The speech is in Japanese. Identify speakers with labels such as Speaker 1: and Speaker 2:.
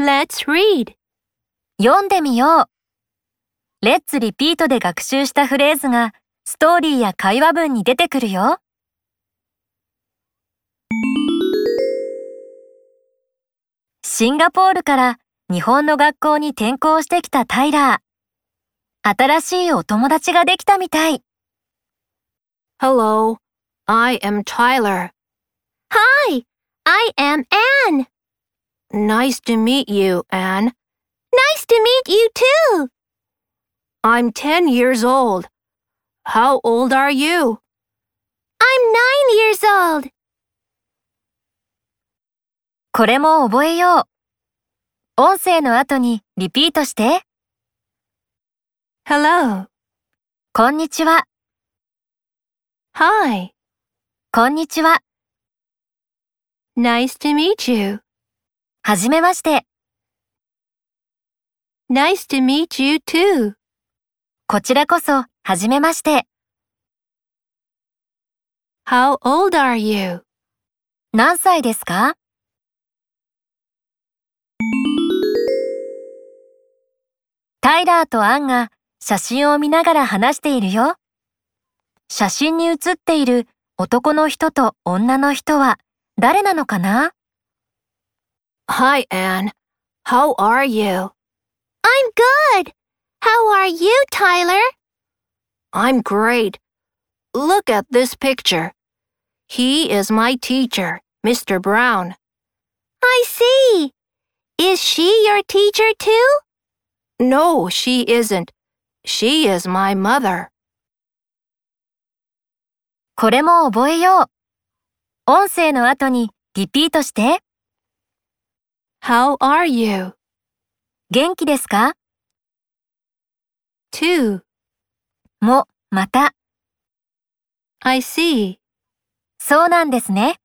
Speaker 1: Let's read.
Speaker 2: 読んでみよう。レッツリピートで学習したフレーズがストーリーや会話文に出てくるよ。シンガポールから日本の学校に転校してきたタイラー。新しいお友達ができたみたい。
Speaker 1: Hello. I am Tyler.
Speaker 3: Hi, I am Anne.
Speaker 1: Nice to meet you, Anne.
Speaker 3: Nice to meet you too.
Speaker 1: I'm 10 years old. How old are you?
Speaker 3: I'm nine years old.
Speaker 2: これも覚えよう。音声の後にリピートして、
Speaker 1: Hello.
Speaker 2: こんにちは、
Speaker 1: Hi.
Speaker 2: こんにちは、
Speaker 1: Nice to meet you.
Speaker 2: はじめまして、
Speaker 1: Nice to meet you too.
Speaker 2: こちらこそ、はじめまして、
Speaker 1: How old are you?
Speaker 2: 何歳ですかタイラーとアンが写真を見ながら話しているよ。写真に写っている男の人と女の人は誰なのかな
Speaker 1: Hi, Anne. How are you?
Speaker 3: I'm good. How are you, Tyler?
Speaker 1: I'm great. Look at this picture. He is my teacher, Mr. Brown.
Speaker 3: I see. Is she your teacher too?
Speaker 1: No, she isn't. She is my mother.
Speaker 2: これも覚えよう。音声の後にリピートして、
Speaker 1: How are you?
Speaker 2: 元気ですか
Speaker 1: Too.
Speaker 2: も、また、
Speaker 1: I see.
Speaker 2: そうなんですね。